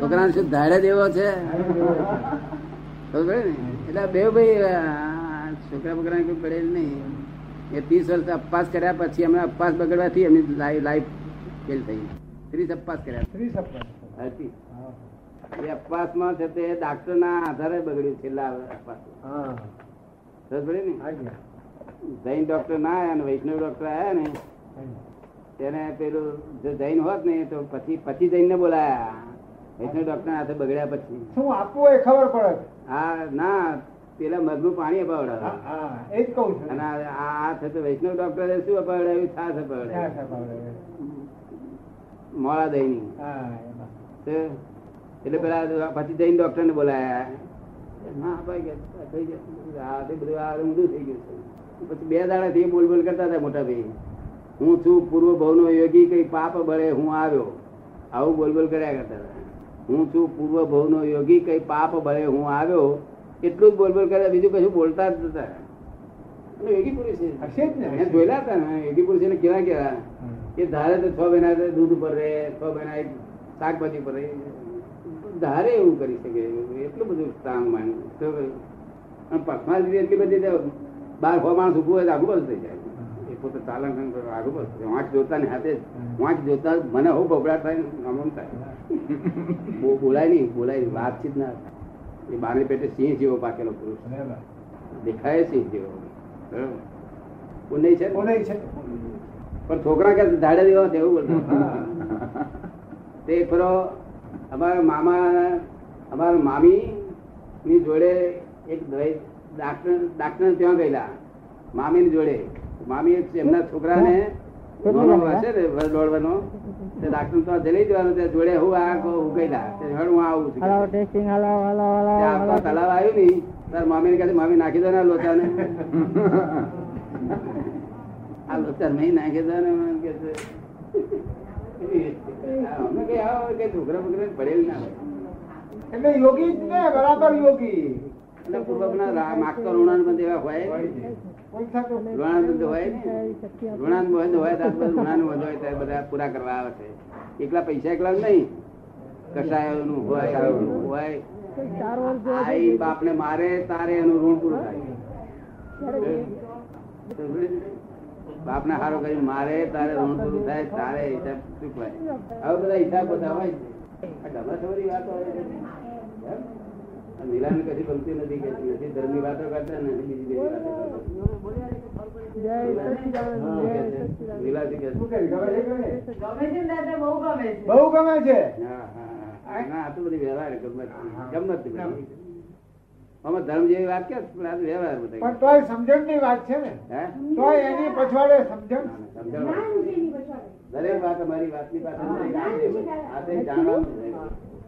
છોકરાને શું ધાડે દેવો છે ખબર ને એટલે બે ભાઈ આ છોકરા બોકરાને કોઈ પડેલ નહીં એ ત્રીસ વર્ષ અપવાસ કર્યા પછી અમે અપવાસ બગડવાથી એમની લાઈફ લાઈફ ફેલ થઈ ત્રીસ અપવાસ કર્યા ત્રીસ અપરાધ. હતી હા. એ અપવાસમાં છે તે ડાક્ટરના આધારે બગડ્યું છેલ્લા અપવાસ હા. ખબર પડી ને આજ્ઞા. જૈન ડોક્ટર ના આયા ને વૈષ્ણવ ડોક્ટર આયા ને તેને પેલું જો જૈન હોત ને તો પછી પછી જૈનને બોલાયા વૈષ્ણવ ડોક્ટર હાથે બગડ્યા પછી શું આપવું એ ખબર પડે આ ના પેલા મધનું પાણી હા, અપાવડાવે હા, એ જ કહું છું અને આ આ- આ થતો વૈષ્ણવ ડોક્ટરે શું અપાવડાવ્યું છાસ ત્યાં અપાવડાવ્યું સાંભળે. મોળા દહીંની હા, એમાં. તે એટલે પેલા પછી જઈને ડોક્ટરને બોલાયા ના ભાઈ ગયા, થઈ ગયા આ તે બધું આ ઊંધું થઈ ગયું છે પછી બે દાડાથી બોલ બોલ કરતા હતા મોટા ભાઈ હું છું પૂર્વ ભવનો યોગી કઈ પાપ બળે હું આવ્યો આવું બોલ બોલ કર્યા કરતા હતા હું છું પૂર્વ ભવનો યોગી કઈ પાપ બળે હું આવ્યો એટલું જ બોલ બોલ કર્યા બીજું કશું બોલતા જ નતા અને યોગી પુરુષ છે. હશે જ ને. મેં જોયેલા હતા ને યોગી પુરુષ એને કેવા કેવા હા. એ ધારે તો છ મહિના તો દૂધ ઉપર રહે છ મહિના એક શાકભાજી પર રહે ધારે એવું કરી શકે એટલું બધું સ્ટ્રાંગ માણસ તો અને પર્સનાલિટી એટલી બધી તો બાર ફો માણસ ઊભું હોય તો આગુ પાછું થઈ જાય એ પોતે ચાલન કરે તો આગુ પાછું થાય. વાંક જોતા ને હાથે જ વાંક જોતા જ મને હું બબડાટ થાય ને આમ આમ થાય બહુ બોલાય નહીં બોલાય નહીં વાતચીત ના થાય. એ બારે પેટે સિંહ જેવો પાકેલો પુરુષ બરાબર. દેખાય સિંહ જેવો બરાબર પુણ્ય છે ને? બોલે છે પણ છોકરા કે ધાડે દેવા દેવું બોલતા હા. તે ફરો અમારા મામા અમારા મામી ની જોડે એક દવાઈ ડાક્ટર ડાક્ટર ત્યાં ગયેલા મામી ની જોડે મામી એમના છોકરાને નાનો હશે ને વર્ષ દોઢ વર્ષનો તે ડાક્ટર ત્યાં જઈ લઈ જવાનો તે જોડે હું આ કહું, હું ગયેલા તે હેડ હું આવું છું હલાવો તે ટેસ્ટિંગ હલાવો હલાવો હલાવો આખા તળાવ આવ્યું ને તાર મામી ને કહે છે, મામી નાખી દો ને આ લોચાને આ લોચા નહીં નાખી દો ને મને કહે છે. આ અમે કઈ આવો કે છોકરા બોકરાને પડેલ ના હોય એટલે યોગી જ ને બરાબર યોગી એટલે પૂર્વકના રા- માગતો ઋણાનુબંધ એવા હોય હોય ને. છે. કોઈ થતું નથી. ઋણાનુબંધ હોય ને. ઋણાનુબંધ હોય તો આ બધા ઋણાનુબંધ હોય ત્યારે બધા પૂરા કરવા આવે છે એકલા પૈસા એકલા નહીં કસાયોનું હોય આવું હોય આઈ બાપને મારે તારે એનું ઋણ પૂરું થાય બાપને હારો કરી મારે તારે ઋણ પૂરું થાય તારે હિસાબ ચૂકવાય આવા બધા હિસાબ બધા હોય છે. આ ઢમાઢમરી વાતો હોય છે. બરાબર? આ મિલાન કદી ગમતી નથી કે નથી ધર્મની વાતો કરતા ને નથી બીજી બધી વાતો કરતા. જય સચિદાનંદ જય સચિદાનંદ લીલાથી કે શું કરી? ગમે છે કે નહીં? ગમે છે ને દાદા બહુ ગમે છે બહુ ગમે છે હા, હા, હા. ના, આ તો બધી વ્યવહાર ગમત ગમત બધી. આમાં ધર્મ જેવી વાત કે વ્યવહાર બધા પણ તોય સમજણની વાત છે ને હે તોય એની પછવાડે સમજણ સમજાવો. દરેક વાત અમારી વાતની પાસે નથી. આ તે જાણવાનું છે.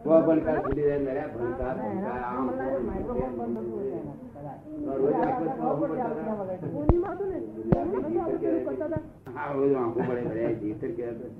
કો ભણકાર સુધી રહે, નડ્યા ભણકાર, ભણકાર, આમ તેમ, તો રોજ આંખો આંખો પડતા હતા. હા, રોજ આંખો પડે, ભરાય, જીતર કહેવાતા.